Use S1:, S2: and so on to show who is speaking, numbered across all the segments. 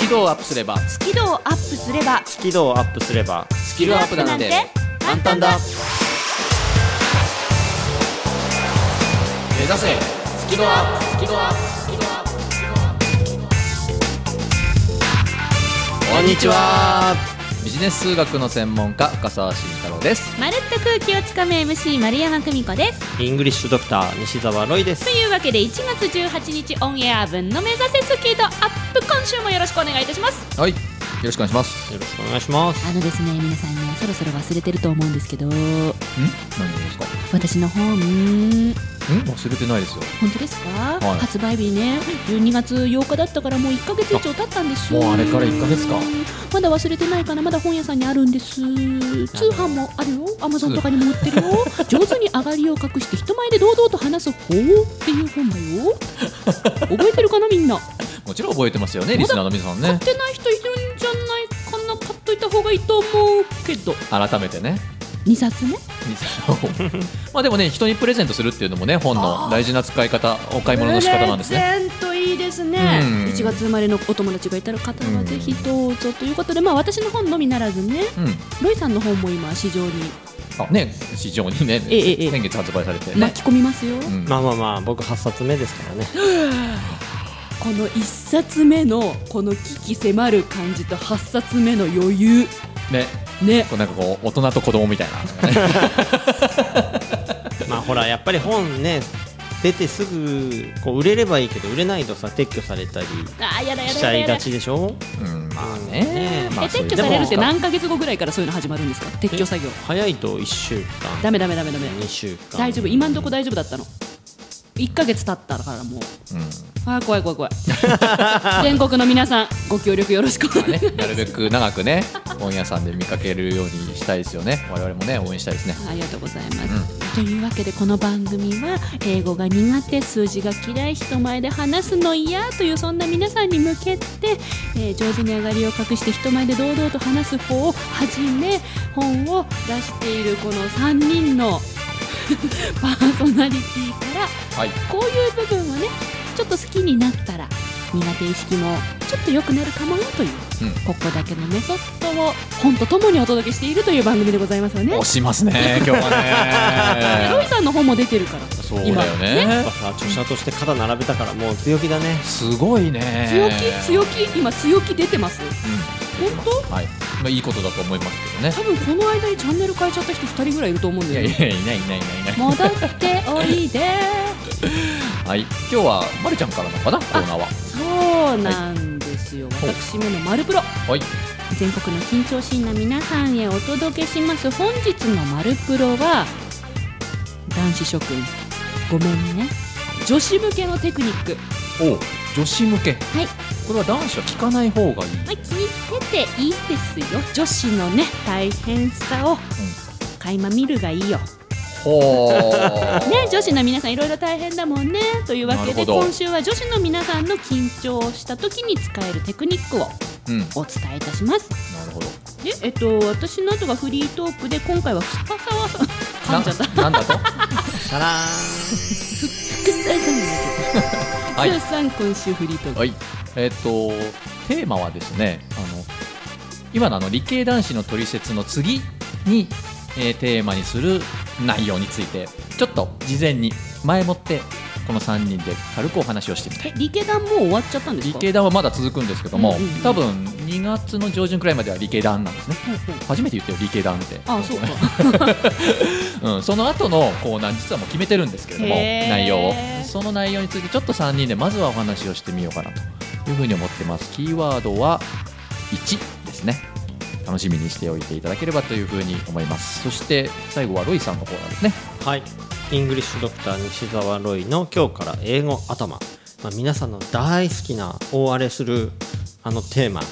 S1: キ度をアップすれば
S2: スキルをアップすれば
S3: スキルをアップすれば
S1: スキルアップなんて簡単だ目指せスキルアップスキルアップスキルアップスキルアップこんにちはビジネス数学の専門家深澤慎太郎です
S2: まるっと空気をつかむ MC 丸山久美子です
S3: イングリッシュドクター西澤ロイです
S2: というわけで1月18日オンエア分の目指せスキルアップ今週もよろしくお願いいたします
S1: はいよろしくお願いします
S3: よろしくお願いします
S2: あのですね皆さんねそろそろ忘れてると思うんですけど
S1: ん何ですか
S2: 私の本
S1: ん忘れてないですよ
S2: 本当ですか、
S1: はい
S2: 発売日ね12月8日だったからもう1ヶ月以上経ったんです
S1: もうあれから1ヶ月か
S2: まだ忘れてないかなまだ本屋さんにあるんです通販もあるよアマゾンとかにも売ってるよ上手に上がりを隠して人前で堂々と話す方っていう本だよ覚えてるかなみんな買
S1: もちろん覚えてますよねリスナーの皆さんね
S2: ってない人いるんじゃないかな買っといた方がいいと思うけど
S1: 改めてね
S2: 2冊ね
S1: リスナーを まあでもね人にプレゼントするっていうのもね本の大事な使い方お買い物の仕方なんですね
S2: プレゼントいいですね。
S1: うん
S2: 1月生まれのお友達がいたら方はぜひどうぞということで、まあ私の本のみならずね、
S1: う
S2: ロイさんの本も今市場に
S1: ん、あね市場にね、
S2: ええええ
S1: 先月発売されてね、
S2: 巻き込みますよ。
S1: うん
S3: まあまあまあ僕8冊目ですからね
S2: この1冊目のこの危機迫る感じと8冊目の余裕
S1: ね
S2: ね。
S1: こうなんかこう大人と子供みたいな、ね、
S3: まあほらやっぱり本ね出てすぐこう売れればいいけど売れないとさ撤去されたり
S2: あーやだや
S3: し
S2: だ
S3: ちゃい
S2: やだ
S3: が
S2: やだ。
S3: ちでしょ
S1: うんまあ
S3: うんね
S1: ね、ま
S2: え
S1: あ、そうい
S2: 撤
S1: う
S2: 去されるって
S1: でも
S2: 何ヶ月後ぐらいからそういうの始まるんですか撤去作業
S3: 早いと1週間
S2: ダメダメダメダメ
S3: 2週間
S2: 大丈夫今んとこ大丈夫だったの1ヶ月経ったからもうあー怖い怖い 怖い全国の皆さんご協力よろしくお願いします
S1: うんね、な るべく長くね本屋さんで見かけるようにしたいですよね我々もね応援したいですね
S2: ありがとうございます、というわけでこの番組は英語が苦手数字が嫌い人前で話すの嫌というそんな皆さんに向けて、えー上手に上がりを隠して人前で堂々と話す方をはじめ本を出しているこの3人の パーソナリティから
S1: はい
S2: こういう部分をねちょっと好きになったら苦手意識もちょっと良くなるかもよという、
S1: うん
S2: ここだけのメソッドを本とともにお届けしているという番組でございますよね。
S1: 押しますね今日
S2: ロ
S1: は
S2: イ
S1: ね
S2: さんの本も出てるから
S1: そうだよね
S3: やっぱさ著者として肩並べたからもう強気だね
S1: すごいね
S2: 強気強気今強気出てます
S1: うん
S2: 本当
S1: はい、まあ、いいことだと思いますけどね
S2: 多分この間にチャンネル変えちゃった人2人ぐらいいると思うん
S1: い
S2: だ
S1: や
S2: よ
S1: い
S2: ね
S1: やいないいないいないいない
S2: 戻っておいで
S1: はい、今日はまるちゃんからなのかなコーナーは
S2: そうなんですよ
S1: い
S2: 私めの「マルプロ
S1: はい」
S2: 全国の緊張しいな皆さんへお届けします本日の「マルプロ」は男子諸君ごめんね女子向けのテクニック
S1: おう女子向け
S2: はい
S1: これは男子は聞かない方がい い、
S2: まあ、聞いてていいですよ女子のね大変さを垣間見るがいいよ、
S1: ほー
S2: ね、女子の皆さんいろいろ大変だもんねというわけ
S1: なるほ
S2: で
S1: ど
S2: 今週は女子の皆さんの緊張した時に使えるテクニックを
S1: うんなる
S2: お伝えいたします
S1: ほど
S2: で、えっと、私の後がフリートークで今回は深澤さん噛んじゃった
S1: ななんだと
S3: さらーん
S2: 深澤さんになっちゃった
S1: はい
S2: 深澤さん今週フリートーク
S1: はいえっ、とテーマはですねあの今のあの理系男子の取説の次に、えーテーマにする内容についてちょっと事前に前もってこの3人で軽くお話をしてみたい
S2: え理系団もう終わっちゃったんです
S1: 理
S2: か
S1: 系団はまだ続くんですけども、
S2: うんうんうん
S1: 多分2月の上旬くらいまでは理系団なんですね
S2: ほうほう
S1: 初めて言ったよ理系団って
S2: あそうか
S1: うん、その後のコーナー実はもう決めてるんですけれども
S2: へー
S1: 内容をその内容についてちょっと3人でまずはお話をしてみようかなというふうに思ってますキーワードは1ですね楽しみにしておいていただければというふうに思いますそして最後はロイさんのコーナーですね
S3: はいイングリッシュドクター西澤ロイの今日から英語頭、まあ、皆さんの大好きな大荒れするあのテーマ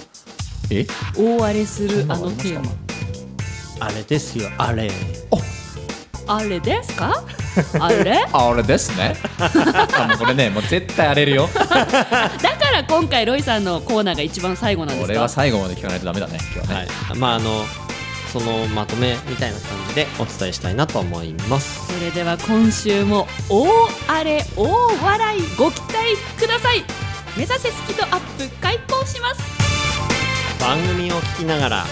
S1: え
S2: 大荒れす
S1: そ
S2: る
S1: んな
S2: あ
S1: の
S2: のテー
S1: ありま
S2: マ
S3: あれですよあれ
S2: あれですかあれ
S1: あれです ねあもうこれねもう絶対荒れるよ
S2: だから今回ロイさんのコーナーが一番最後なんです
S1: こ
S2: か
S1: れは最後まで聞かないとダメだね今日はね、
S3: はいまああのそのまとめみたいな感じでお伝えしたいなと思います
S2: それでは今週も大荒れ大笑いご期待ください目指せスキドアップ開講します
S3: 番組を聞きながら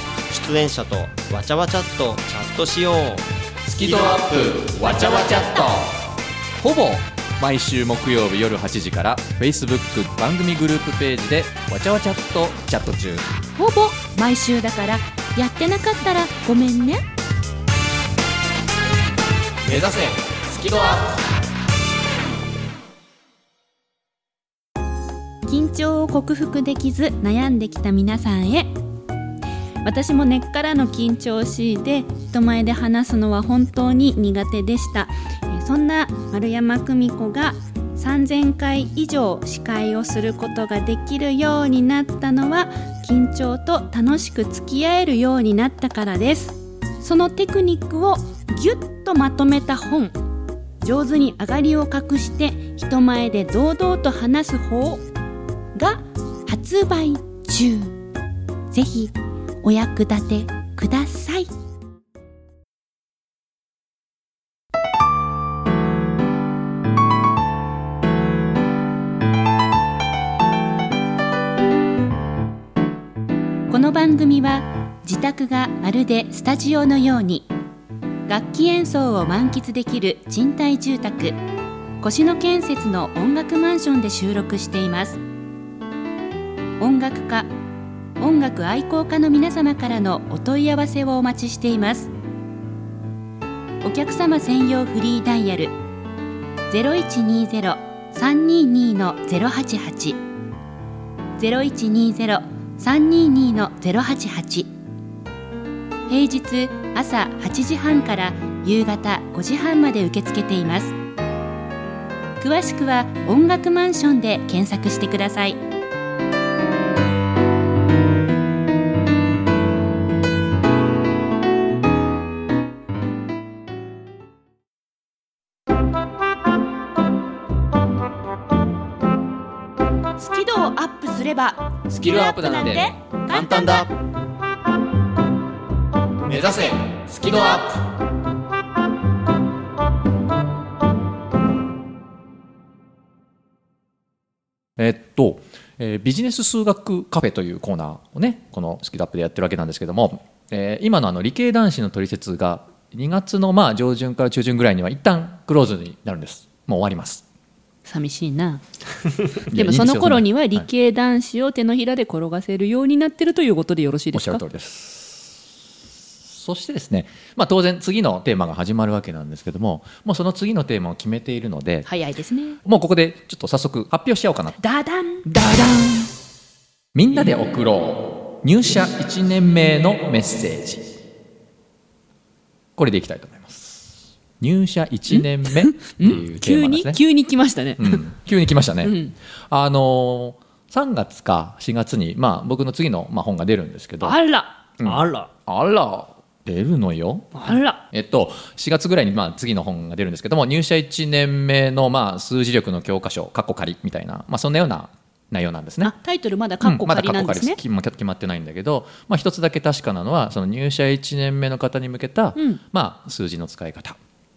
S3: 出演者とわちゃわちゃっとチャットしよう
S1: スキドアップわちゃわちゃっとほぼ毎週木曜日夜8時から Facebook 番組グループページでわちゃわちゃっとチャット中
S2: ほぼ毎週だからやってなかったらごめんね
S1: 目指せスキドアッ
S2: 緊張を克服できず悩んできた皆さんへ私も根っからの緊張を強いて人前で話すのは本当に苦手でしたえーそんな丸山久美子が3000回以上司会をすることができるようになったのは緊張と楽しく付き合えるようになったからですそのテクニックをぎゅっとまとめた本上手に上がりを隠して人前で堂々と話す方が発売中ぜひお役立てくださいこの番組は自宅がまるでスタジオのように楽器演奏を満喫できる賃貸住宅越野建設の音楽マンションで収録しています音楽家音楽愛好家の皆様からのお問い合わせをお待ちしていますお客様専用フリーダイヤル0120-322-088 0120-322-088平日朝8時半から夕方5時半まで受け付けています詳しくは音楽マンションで検索してくださいスキルをアップすればス
S1: キルアップなんて簡単だプ目指せスキドアップえっと、えービジネス数学カフェというコーナーをねこのスキドアップでやってるわけなんですけども、えー今のあの理系男子の取説が2月のまあ上旬から中旬ぐらいには一旦クローズになるんですもう終わります
S2: 寂しいな
S1: いや
S2: でも
S1: いいんです
S2: そ
S1: よ
S2: の頃には
S1: そんな
S2: 理系男子を手のひらで転がせるようになってるということでよろしい
S1: お
S2: で
S1: っし
S2: す
S1: ゃる
S2: か
S1: 通りです。そしてですね、まあ、当然次のテーマが始まるわけなんですけどももうその次のテーマを決めているので、
S2: 早いですね
S1: もうここでちょっと早速発表しようかな
S2: ダダン
S1: ダダンみんなで送ろう入社1年目のメッセージこれでいきたいと思います入社1年目っていうテー
S2: 急
S1: マで
S2: に
S1: すね
S2: 急に来ましたね、
S1: うん 急に来ましたね、
S2: うん
S1: あのー3月か4月に、まあ、僕の次の、まあ、本が出るんですけど
S2: あら
S1: うん
S3: あら
S1: あら出るのよ
S2: あら
S1: えっと、4月ぐらいにまあ次の本が出るんですけども入社1年目のまあ数字力の教科書「カッコ仮」みたいな、まあ、そんなような内容なんですね。
S2: あタイトルまだカッコ仮な
S1: うんま
S2: んですね
S1: だカッコ仮です、決ま決まってないんだけど、まあ、一つだけ確かなのはその入社1年目の方に向けた、
S2: うん
S1: まあ、数字の使い方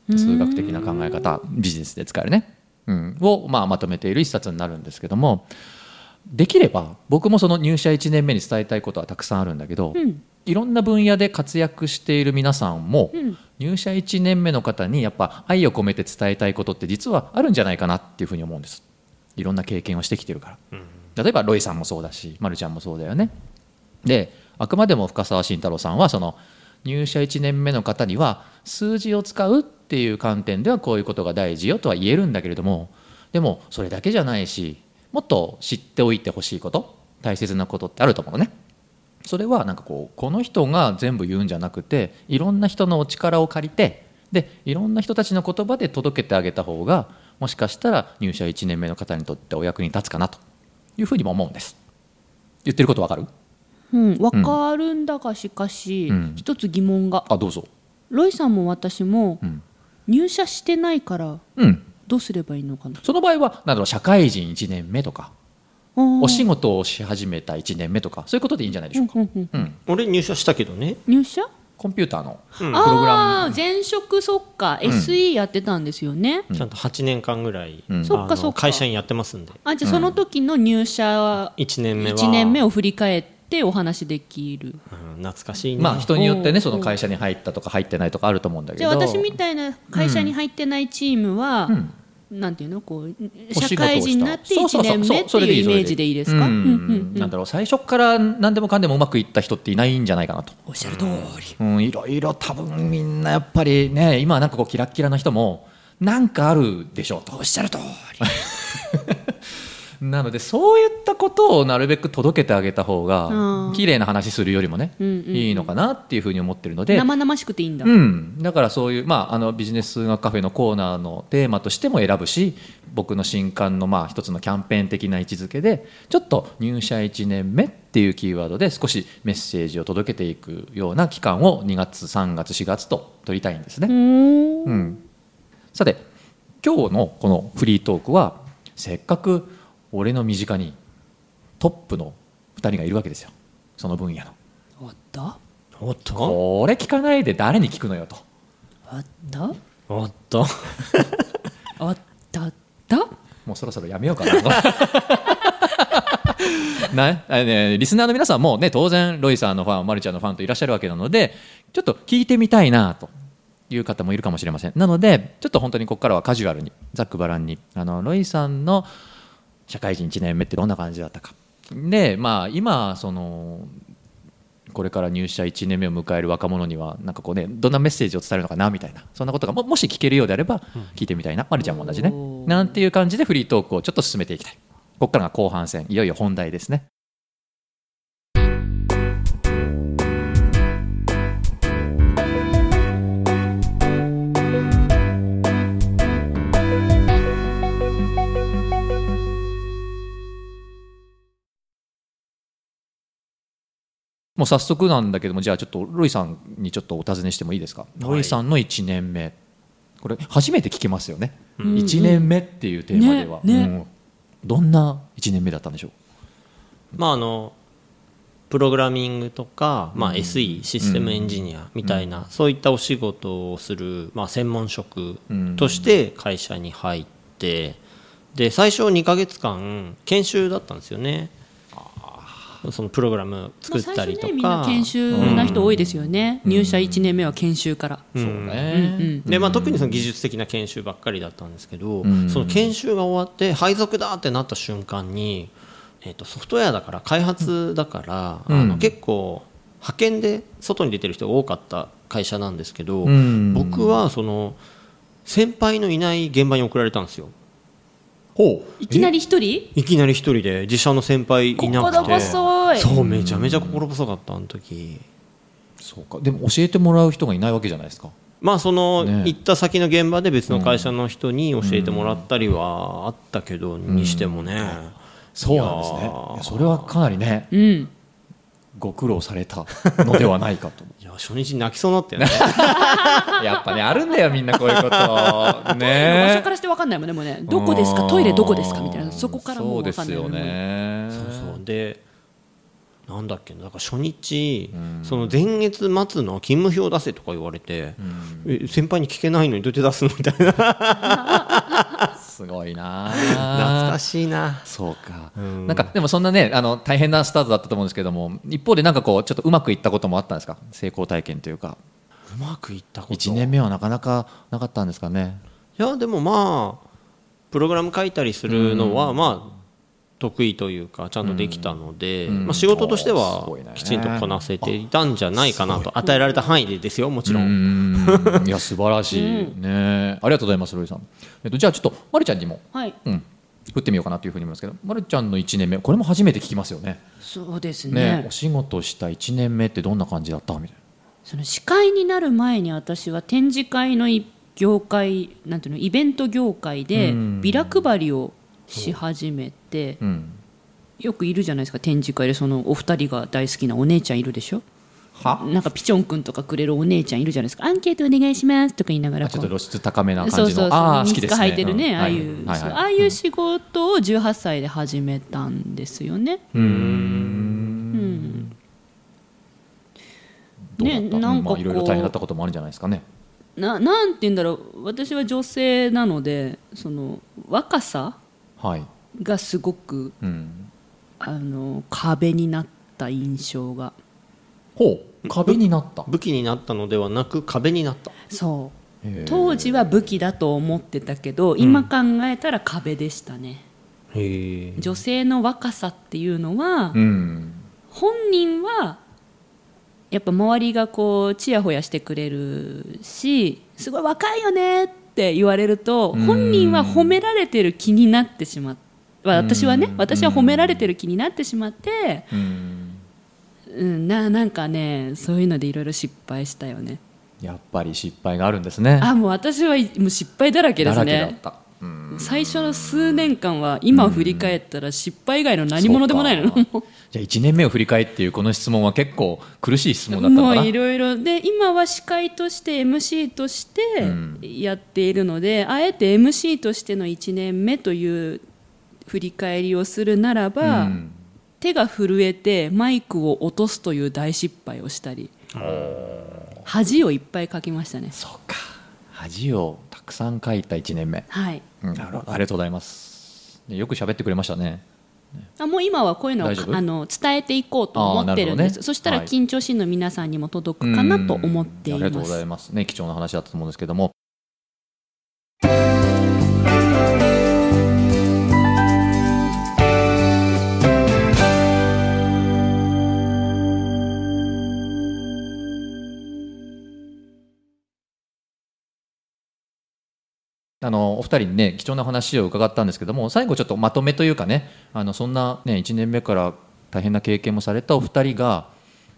S1: 数学的な考え方ビジネスで使えるね、うん、を、まあ、まとめている一冊になるんですけどもできれば僕もその入社1年目に伝えたいことはたくさんあるんだけど、
S2: うん
S1: いろんな分野で活躍している皆さんも、
S2: うん
S1: 入社1年目の方にやっぱ愛を込めて伝えたいことって実はあるんじゃないかなっていうふうに思うんですいろんな経験をしてきてるから、例えばロイさんもそうだし、ま、るちゃんもそうだよねであくまでも深澤慎太郎さんはその入社1年目の方には数字を使うっていう観点ではこういうことが大事よとは言えるんだけれどもでもそれだけじゃないしもっと知っておいてほしいこと大切なことってあると思うのねそれはなんかこうこの人が全部言うんじゃなくていろんな人のお力を借りてでいろんな人たちの言葉で届けてあげた方がもしかしたら入社1年目の方にとってお役に立つかなというふうにも思うんです言ってることわかる
S2: うん、わかるんだがしかし、
S1: うん
S2: 一つ疑問が
S1: あどうぞ
S2: ロイさんも私も
S1: うん、
S2: 入社してないから
S1: うん、
S2: どうすればいいのかな
S1: その場合はなんだろう社会人1年目とかお
S2: お
S1: 仕事をし始めた1年目とかそういうことでいいんじゃないでしょうか、うん、
S3: 俺入社したけどね
S2: 入社
S1: コンピューターの
S3: うん
S1: プログ
S2: あ
S1: ラ
S2: あー前職そっか、
S1: うん
S2: SE やってたんですよね
S1: うん
S3: ちゃんと8年間ぐらい、
S1: うん
S2: そっか
S3: あの
S2: そっか
S3: 会社員やってますんで
S2: あじゃあその時の入社は
S3: 1年目は
S2: 1年目を振り返っってお話できる
S3: うん懐かしいな、
S1: まあ人によって
S2: うん
S1: ねその会社に入ったとか入ってないとかあると思うんだけ
S2: じゃ
S1: ど
S2: あ私みたいな会社に入ってないチームは、
S1: うん
S2: なんていうのこう
S1: お仕事をし
S2: 社
S1: た
S2: 会人になって
S1: そうそ
S2: 1
S1: うそう
S2: 年目って
S1: それ
S2: いうイ
S1: そ
S2: メ
S1: れ
S2: ージでいいですか
S1: うん
S2: うんうんうん
S1: なんだろう最初から何でもかんでもうまくいった人っていないんじゃないかなと、
S2: おっしゃる通り、
S1: うん、いろいろ多分みんなやっぱりね今はなんかこうキラッキラな人もなんかあるでしょうとおっしゃる通り なのでそういったことをなるべく届けてあげた方
S2: う
S1: が
S2: ん
S1: 綺麗な話するよりもね、
S2: うんうんうん
S1: いいのかなっていうふうに思ってるので
S2: 生々しくていいんだ、
S1: うん、だからそういう、まあ、あのビジネス数学カフェのコーナーのテーマとしても選ぶし僕の新刊のまあ一つのキャンペーン的な位置づけでちょっと入社1年目っていうキーワードで少しメッセージを届けていくような期間を2月3月4月と取りたいんですね。
S2: うん
S1: うん、さて今日のこのフリートークはせっかく俺の身近にトップの2人がいるわけですよその分野の。
S2: あった
S3: おっと
S1: これ聞かないで誰に聞くのよと。
S2: あった
S3: おっと
S2: あったあった
S1: もうそろそろやめようかな。 なあね、リスナーの皆さんも、ね、当然ロイさんのファンマルちゃんのファンといらっしゃるわけなのでちょっと聞いてみたいなという方もいるかもしれませんなのでちょっと本当にここからはカジュアルにざっくばらんにあのロイさんの社会人1年目ってどんな感じだったかで、まあ、今そのこれから入社1年目を迎える若者にはなんかこう、ね、どんなメッセージを伝えるのかなみたいなそんなことがももし聞けるようであれば聞いてみたいな、まるちゃんも同じね
S2: おー
S1: なんていう感じでフリートークをちょっと進めていきたいここからが後半戦いよいよ本題ですねもう早速なんだけどもじゃあちょっとロイさんにちょっとお尋ねしてもいいですか、
S3: い
S1: ロイさんの1年目これ初めて聞きますよね、
S2: ん
S1: 1年目っていうテーマでは、
S2: ねね
S1: うんどんな1年目だったんでしょう
S3: まああのプログラミングとか、まあ、SE システムエンジニアみたいな、そういったお仕事をする、まあ、専門職として会社に入ってで最初2ヶ月間研修だったんですよねそのプログラム作ったりと
S2: まあ最初ねみん
S3: か
S2: な、研修な人多いですよね、入社1年目は研修から、
S3: うん
S1: ね
S2: うん
S3: でまあ、特にその技術的な研修ばっかりだったんですけど、
S1: ん
S3: その研修が終わって配属だってなった瞬間に、えー、とソフトウェアだから開発だから、
S1: うん
S3: あの結構派遣で外に出てる人が多かった会社なんですけど、
S1: うん
S3: 僕はその先輩のいない現場に送られたんですよ
S1: ほ
S2: いきなり一人
S3: いきなり一人で自社の先輩いなくて
S2: 心細い
S3: そうめちゃめちゃ心細かったあの時。
S1: そうかでも教えてもらう人がいないわけじゃないですか
S3: まあその
S1: ね
S3: 行った先の現場で別の会社の人に教えてもらったりはあったけどにしてもね
S1: そうなんですね
S3: いやー
S1: いやそれはかなりね
S2: うん
S1: ご苦労されたのではないかと
S3: いや初日泣きそうになったよね
S1: やっぱねあるんだよみんなこういう こと
S2: 場
S1: ね
S2: 所からして分かんないもんねもうねどこですかトイレどこですかみたいなそこからも
S1: そううで
S2: 分かん
S1: す
S2: ない
S1: よね
S3: そうそうでなんだっけなだから初日その前月末の勤務表出せとか言われてえ先輩に聞けないのにどうやって出すのみたいな
S1: すごいな
S3: 懐
S1: 懐
S3: かしいな
S1: そうか、なんかでもそんなねあの大変なスタートだったと思うんですけども一方でなんかこうちょっとうまくいったこともあったんですか成功体験というか
S3: うまくいったこと
S1: 1年目はなかなかなかったんですかね
S3: いやでもまあプログラム書いたりするのはまあ得意というかちゃんとできたので、
S1: ん
S3: まあ、仕事として
S1: おーすごいね
S3: はきちんとこなせていたんじゃないかなと与えられた範囲でですよもちろん、
S1: うーんいや素晴らしい、ねありがとうございますロイさん、えっと、じゃあちょっとまるちゃんにも、
S2: はい
S1: うん、振ってみようかなというふうに思いますけどまるちゃんの1年目これも初めて聞きますよね
S2: そうです
S1: ね
S2: ね
S1: お仕事した1年目ってどんな感じだったみたいな
S2: その司会になる前に私は展示会のい業界なんていうのイベント業界で
S1: うん
S2: ビラ配りをし始めて
S1: うん
S2: よくいるじゃないですか展示会でそのお二人が大好きなお姉ちゃんいるでしょ
S1: は
S2: なんかピチョンくんとかくれるお姉ちゃんいるじゃないですかアンケートお願いしますとか言いながら
S1: あち
S2: こ
S1: ょ
S2: う
S1: っと露出高めな
S2: そ
S1: 感
S2: う
S1: じ
S2: そう
S1: の
S2: そう
S1: ああ好
S2: ミ
S1: きで
S2: ス
S1: す
S2: カ
S1: ね
S2: 履いてるね、
S1: ん
S2: ああいう、
S1: はい
S2: そう
S1: はい
S2: ああいう仕事を18歳で始めたんですよね。うん
S1: どうだ
S2: ね、
S1: った
S2: なん
S1: ま
S2: かこ
S1: あ、
S2: う
S1: いろいろ大変だったこともあるんじゃないですかね。
S2: ななんて言うんだろう私は女性なのでその若さ
S1: はい。
S2: がすごく
S1: うん。
S2: あの壁になっった印象が
S1: ほう壁になった
S3: 武器になったのではなく壁になった
S2: そう当時は武器だと思ってたけど今考えたら壁でしたね、
S3: へえ
S2: 女性の若さっていうのは、
S1: うん
S2: 本人はやっぱ周りがこうちやほやしてくれるしすごい若いよねって言われると
S1: うん
S2: 本人は褒められてる気になってしまって私はね
S1: うん
S2: 私は褒められてる気になってしまって、
S1: うん
S2: うん、ななんかねそういうのでいろいろ失敗したよね
S1: やっぱり失敗があるんですね
S2: あもう私はいもう失敗だらけで
S1: だ
S2: す
S1: らけだっ
S2: ね
S1: た、うん
S2: 最初の数年間は今振り返ったら失敗以外の何者でもないの
S1: そうかじゃあ1年目を振り返っていうこの質問は結構苦しい質問だったの
S2: も
S1: かな
S2: ういろいろで今は司会として MC として
S1: うん
S2: やっているので、あえて MC としての1年目という振り返りをするならば、
S1: うん
S2: 手が震えてマイクを落とすという大失敗をしたり恥をいっぱいかきましたね
S1: そうか恥をたくさんかいた1年目、
S2: はい
S1: うんなるほどありがとうございますでよく喋ってくれましたね
S2: あもう今はこういうのを
S1: 大丈夫
S2: あの伝えていこうと思ってるん
S1: あーなるほ
S2: です、
S1: どね
S2: そしたら
S1: はい
S2: 緊張心の皆さんにも届くかなと思ってい
S1: うんありがとう
S2: ま
S1: ござい
S2: す
S1: ますね貴重な話だったと思うんですけどもあのお二人にね貴重な話を伺ったんですけども最後ちょっとまとめというかねあのそんな、ね、1年目から大変な経験もされたお二人が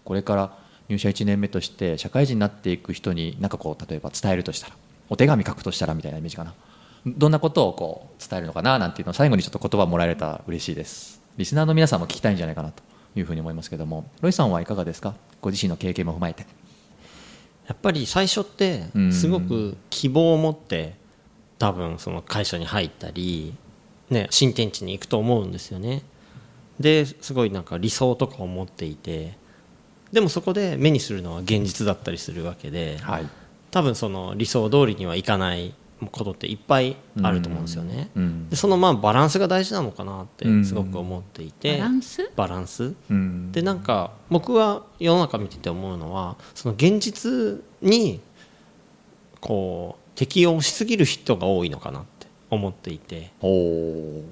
S1: これから入社1年目として社会人になっていく人に何かこう例えば伝えるとしたらお手紙書くとしたらみたいなイメージかなどんなことをこう伝えるのかななんていうのを最後にちょっと言葉もらえたら嬉しいですリスナーの皆さんも聞きたいんじゃないかなというふうに思いますけどもロイさんはいかがですかご自身の経験も踏まえて
S3: やっぱり最初って
S1: うん
S3: すごく希望を持って多分その会社に入ったり、ね、新天地に行くと思うんですよねですごいなんか理想とかを持っていてでもそこで目にするのは現実だったりするわけで
S1: はい
S3: 多分その理想通りにはいかないことっていっぱいあると思うんですよね
S1: うん
S3: でそのまあバランスが大事なのかなってすごく思っていて
S2: バランス
S3: バランス
S1: うん
S3: でなんか僕は世の中見てて思うのはその現実にこう適応しすぎる人が多いのかなって思っていて
S1: おー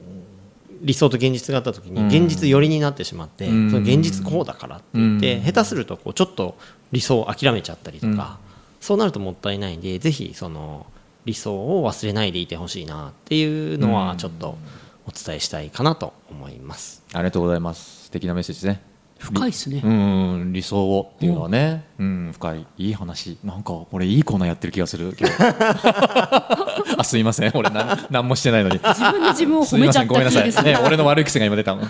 S3: 理想と現実があった時
S1: うん
S3: に現実寄りになってしまって、
S1: うん
S3: その現実こうだからって言って、
S1: うん
S3: 下手するとこうちょっと理想を諦めちゃったりとか、そうなるともったいないんでぜひその理想を忘れないでいてほしいなっていうの
S1: う
S3: は
S1: ん
S3: ちょっとお伝えしたいかなと思います。
S1: ありがとうございます素敵なメッセージですね
S2: 深いっすね
S1: うんうん理想をっていうのはね、うん、深いいい話なんか俺いいコーナーやってる気がする 今日あすいません俺なん何もしてないのに
S2: 自分で自分を
S1: す
S2: 褒
S1: い
S2: め
S1: ま
S2: ちゃ
S1: せん
S2: っ
S1: ごめん
S2: た
S1: なさ
S2: 気で
S1: い
S2: すね
S1: ね俺の悪い癖が今出たの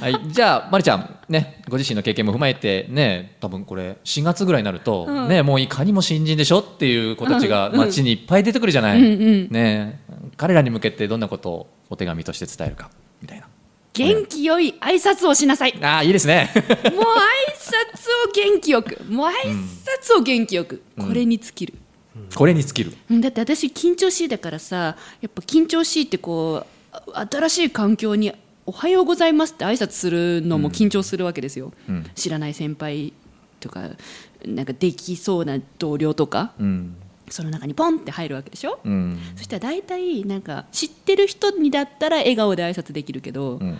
S1: はい、じゃあ、ま、りちゃん、ね、ご自身の経験も踏まえて、ね、多分これ4月ぐらいになると、
S2: うん
S1: ね、もういかにも新人でしょっていう子たちが
S2: うん
S1: 街にいっぱい出てくるじゃない、
S2: うんうん
S1: ね、彼らに向けてどんなことをお手紙として伝えるかみたいな
S2: 元気よい挨拶をしなさいも
S1: あーいいですね
S2: う挨拶を元気よくもう挨拶を元気よく、これに尽きる、
S1: これに尽きる
S2: うんだって私緊張しいだからさやっぱ緊張しいってこうあ新しい環境に「おはようございます」って挨拶するのも緊張するわけですよ、
S1: うん
S2: 知らない先輩とかなんかできそうな同僚とか
S1: うん
S2: その中にポンって入るわけでしょ、
S1: うん
S2: そしたら大体なんか知ってる人にだったら笑顔で挨拶できるけど、
S1: うん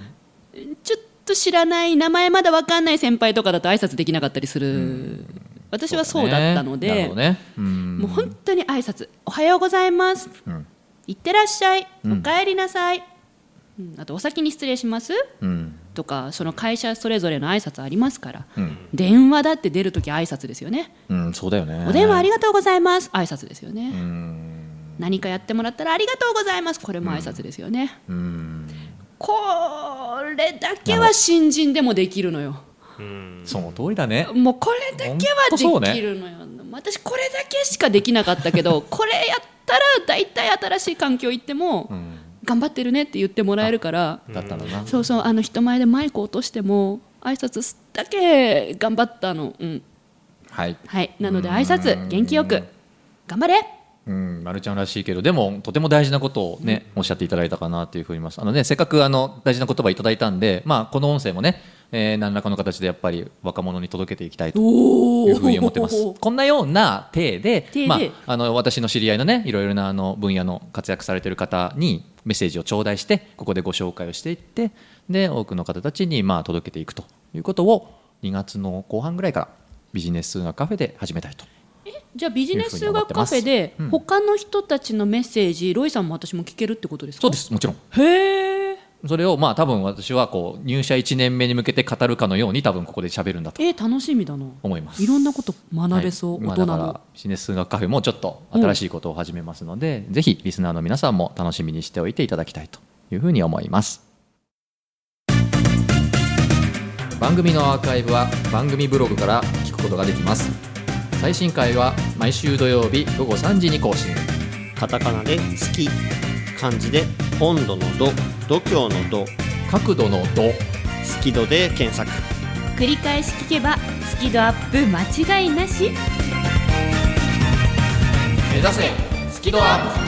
S2: ちょっと知らない名前まだ分かんない先輩とかだと挨拶できなかったりする、私はそうだったので、
S1: なるほどねうん
S2: もう本当に挨拶おはようございます
S1: うん
S2: いってらっしゃい、
S1: うん
S2: おかえりなさい、うんあとお先に失礼します
S1: うん
S2: とかその会社それぞれの挨拶ありますから、
S1: うん
S2: 電話だって出るとき挨拶ですよね、
S1: うんそうだよね
S2: お電話あり
S1: が
S2: がとうございます挨拶ですよね、
S1: うん
S2: 何かやってもらったらありがとうございますこれも挨拶ですよね、
S1: うん
S2: これだけは新人でもできるのよ
S1: その通りだね
S2: もうこれだけ
S1: ほんとそう
S2: は
S1: ね
S2: できるのよ、私これだけしかできなかったけどこれやったら大体新しい環境行っても、
S1: うん
S2: 頑張ってるねって言ってもらえるから、
S1: だったんだな
S2: そうそうあの人前でマイク落としても挨拶だけ頑張ったの、うん、
S1: はい
S2: はいなので挨拶元気よく頑張れ
S1: うん、まるちゃんらしいけどでもとても大事なことをね、おっしゃっていただいたかなというふうに思いますあのねせっかくあの大事な言葉いただいたんでまあこの音声もねえー何らかの形でやっぱり若者に届けていきたいと
S2: お
S1: い
S2: ー
S1: うふうに思って ます。こんなような体で、
S2: 体で
S1: まあ、あの私の知り合いのね、いろいろなあの分野の活躍されてる方にメッセージを頂戴して、ここでご紹介をしていって、で多くの方たちにまあ届けていくということを2月の後半ぐらいからビジネス数学カフェで始めたいと。
S2: じゃあビジネス数学カフェ
S1: いうふうに思って
S2: で
S1: ますうん
S2: 他の人たちのメッセージ、ロイさんも私も聞けるってことですか
S1: そうです、もちろん。
S2: へー
S1: それをまあ多分私はこう入社1年目に向けて語るかのように多分ここで喋るんだと
S2: えー楽しみだな
S1: 思います。
S2: いろんなこと学べそ
S1: は
S2: う、
S1: いまあ
S2: 大人
S1: だ
S2: の、
S1: からビジネス数学カフェもちょっと新しいことを始めますので、ぜひリスナーの皆さんも楽しみにしておいていただきたいというふうに思います番組のアーカイブは番組ブログから聞くことができます最新回は毎週土曜日午後3時に更新
S3: カタカナで「好き」漢字で「温度の度」「度胸の度」
S1: 角度の度
S3: 「好き度」で検索
S2: 繰り返し聞けばスキドアップ間違いなし
S1: 目指せスキドアップ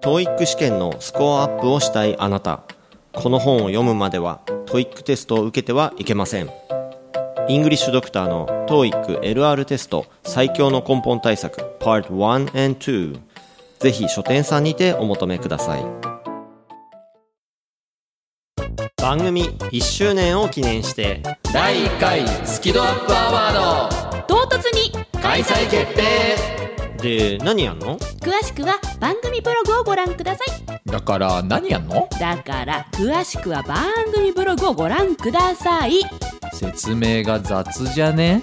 S3: TOEIC 試験のスコアアップをしたいあなたこの本を読むまでは TOEIC テストを受けてはいけませんイングリッシュドクターの TOEICLR テスト最強の根本対策 Part 1 and 2ぜひ書店さんにてお求めください番組1周年を記念して
S1: 第1回スキドアップアワー
S2: 唐突に
S1: ド開催決定
S3: で何やんの
S2: 詳しくは番組ブログをご覧ください
S1: だから何やんの
S2: だから詳しくは番組ブログをご覧ください
S1: 説明が雑じゃね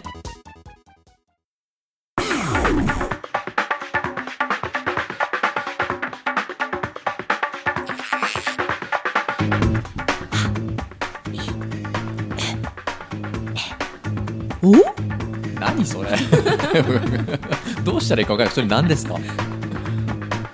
S2: お
S1: 何それ どうしたらいいか分からないそれ何ですか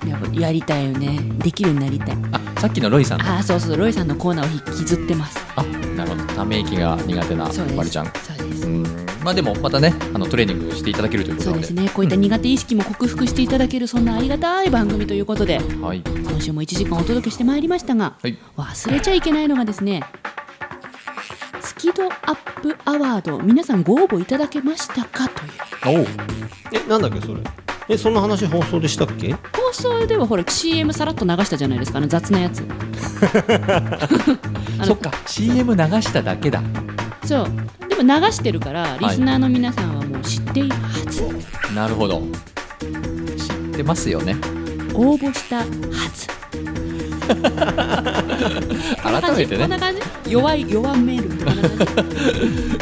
S2: やっぱやりたいよねできるようになりたい
S1: あさっきのロイさんの
S2: ああそうそうロイさんのコーナーを引きずってます
S1: あなるほどため息が苦手な
S2: そうです
S1: マリちゃんう
S2: そうです
S1: ーんまあでもまたねあのトレーニングしていただけるということ
S2: そ
S1: な
S2: う
S1: の
S2: で
S1: です
S2: ねこういった苦手意識も克服していただけるそんなありがたい番組ということで
S1: はい
S2: 今週も1時間お届けしてまいりましたが
S1: はい
S2: 忘れちゃいけないのがですねスキドアップアワード皆さんご応募いただけましたかという
S1: おう
S3: えなんだっけそれえそんな話放送でしたっけ
S2: 放送ではほら CM さらっと流したじゃないですかあの雑なやつあの
S1: そっか CM 流しただけだ
S2: そうでも流してるからリスナーの皆さんはもう知っているはず、
S1: なるほど知ってますよね
S2: 応募したはず
S1: 改めて
S2: こん
S1: ね
S2: な感じこんな感じ弱い弱メ ールってこんな感じ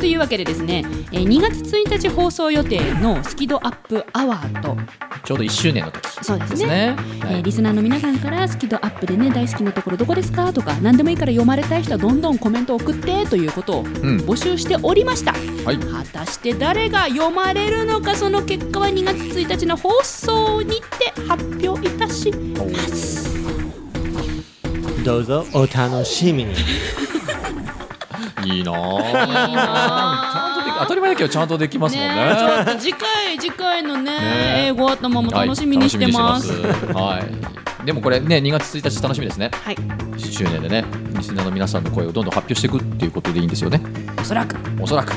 S2: というわけでですね、えー2月1日放送予定のスキドアップアワード
S1: ちょうど1周年の時
S2: そうで
S1: ですす
S2: ね
S1: ねはい
S2: えーリスナーの皆さんから「好き度アップでね大好きなところどこですか?」とか何でもいいから読まれたい人はどんどんコメントを送ってということを
S1: うん
S2: 募集しておりました、
S1: はい
S2: 果たして誰が読まれるのかその結果は2月1日の放送にて発表いたします
S3: どうぞお楽しみに
S1: いいなぁ
S2: いいな
S1: 当たり前だけどちゃんとできますもんね
S2: ねえちょっと次回次回のね
S1: ね
S2: 英語頭も
S1: はい
S2: 楽しみにしてます,、
S1: 楽しみにしてますはいでもこれね2月1日楽しみですね
S2: はい
S1: 1周年でねリスナーの皆さんの声をどんどん発表していくっていうことでいいんですよね
S2: おそらく
S1: おそらく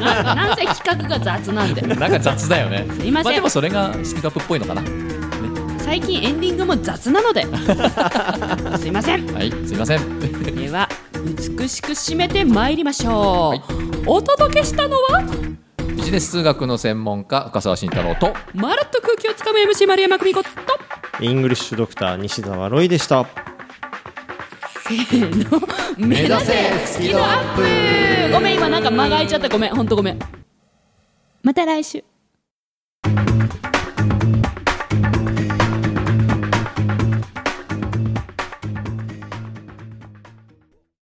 S2: ななんせ企画が雑なんで
S1: なんか雑だよね
S2: すいません
S1: あ、でもそれがスピードアップっぽいのかな
S2: 最近エンディングも雑なの ですいません
S1: はいすいません
S2: では美しく締めてまいりましょう、
S1: はい
S2: お届けしたのは
S1: ビジネス数学の専門家深澤慎太郎と
S2: まるっと空気をつかむ MC 丸山久美子と
S3: イングリッシュドクター西澤ロイでした
S2: せーの目指せスキドアップごめん今なんか間が空いちゃったごめんほんとごめんまた来週